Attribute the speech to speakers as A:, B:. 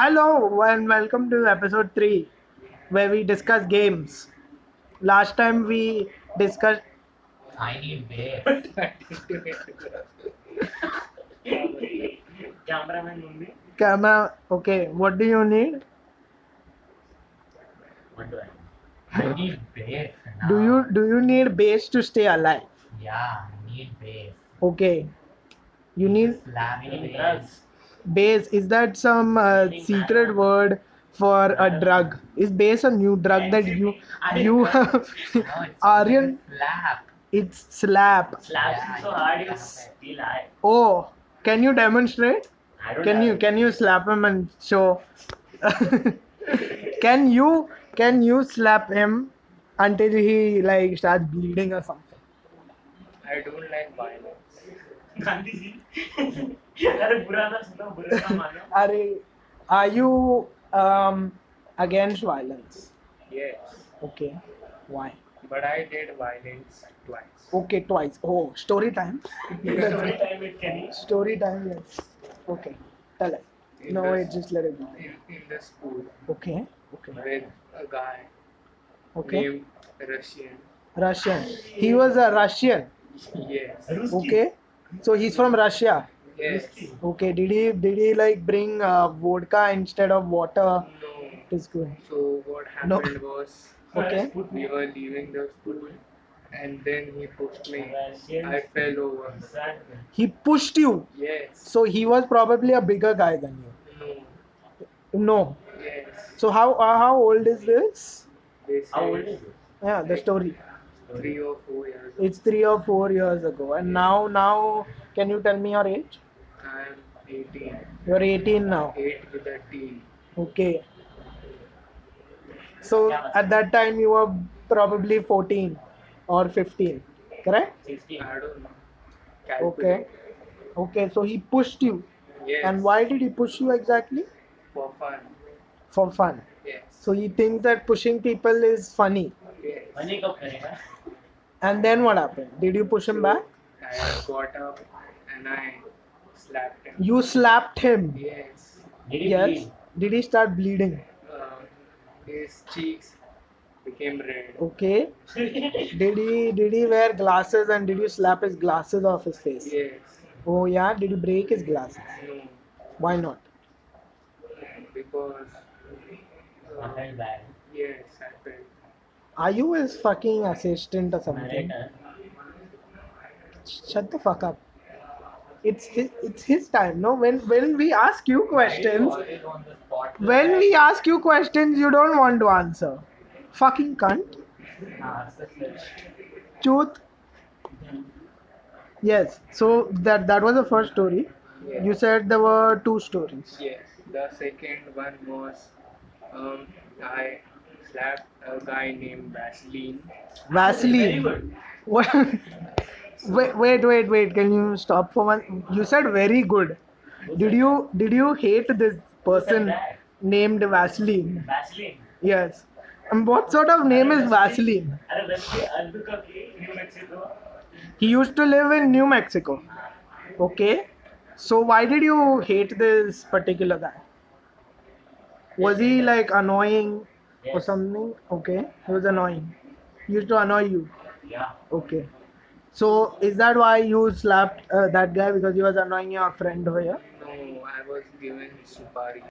A: Hello and welcome to episode 3 where we discuss games. Last time we discussed
B: tiny bear. Cameraman only.
A: camera. Okay, what do you need?
B: What do I? I need bear. now.
A: Do you do you need base to stay alive?
B: Yeah, I need bear.
A: Okay. You need
B: Flaming drugs.
A: base. Is that some uh, secret word for a drug? Is base a new drug that you you have?
B: No, it's
A: Aryan,
B: slap.
A: it's slap.
C: Slaps you so hard you still high.
A: Oh, can you demonstrate?
C: I don't
A: can
C: have
A: you
C: it.
A: can you slap him and show can you can you slap him until he like starts bleeding or something
B: I don't like violence.
C: Gandhi ji अरे बुरा ना सुनो बुरा ना मानो
A: are are you um against violence
B: Yes,
A: okay why
B: but I did violence twice.
A: okay twice oh story time
C: story time with Kenny
A: story time yes okay tell us no it just let it go
D: in, in the school
A: okay okay
D: with a guy
A: okay
D: named Russian.
A: russian he was a russian
D: Yes.
C: Ruski
A: okay so he's from russia
D: Yes.
A: Okay, did he did he like bring uh, vodka instead of water
D: No.
A: to school?
D: So what
A: No.
D: happened was
A: Okay.
D: we were leaving the school and then he pushed me. I
C: Russian
D: fell over.
A: He pushed you,
D: Yes.
A: so he was probably a bigger guy than
D: No.
A: you. No.
D: Yes.
A: So how uh, how old is this?
D: They said
C: How old is it?
A: Yeah, the story.
D: three or four years old.
A: It's three or four years ago, and now now can you tell me your age?
D: I'm 18.
A: You're 18 now.
D: 8 with a T.
A: Okay. So at that time you were probably 14 or 15, correct?
C: 16
D: I don't know.
A: Okay.
D: Calculate.
A: Okay. So he pushed you,
D: Yes.
A: and why did he push you exactly?
D: For fun.
A: For fun.
D: Yes.
A: So he thinks that pushing people is funny.
D: Yes.
C: Money कब करेगा
A: And then what happened? Did you push him
D: So,
A: back?
D: I got up and I slapped him.
A: You slapped him.
D: Yes.
C: Did he
A: Yes.
C: bleed?
A: Did he start bleeding?
D: Uh, his cheeks became red.
A: Okay. Did he did he wear glasses and did you slap his glasses off his face?
D: Yes.
A: Oh yeah, did you break his glasses?
D: No.
A: Why not?
D: Because.
C: I
D: Uh,
C: felt bad.
D: yes, I felt.
A: Are you his fucking assistant or something?
C: Narrator.
A: Shut the fuck up. It's his, it's his time, no? When when we ask you questions,
C: I was on the spot.
A: when we ask you questions, you don't want to answer. Fucking cunt.
C: Ah, so such.
A: Truth. Yes. So that that was the first story.
D: Yeah.
A: You said there were two stories.
D: Yes. The second one was um, I slapped a guy named Vaseline.
C: Very
A: Vaseline.
C: good.
A: What? wait, wait, wait, wait. Can you stop for one? You said very good. Did you did you hate this person
C: that?
A: named Vaseline?
C: Vaseline.
A: Yes. And what sort of name is Vaseline?
C: अरे वैसे Albu का cake New Mexico
A: He used to live in New Mexico. Okay. So why did you hate this particular guy? Was he like annoying or
C: Yes.
A: something? Okay. He was annoying. He used to annoy you.
C: Yeah.
A: Okay. So is that why you slapped uh, that guy because he was annoying your friend over here?
D: No, I was given Supari.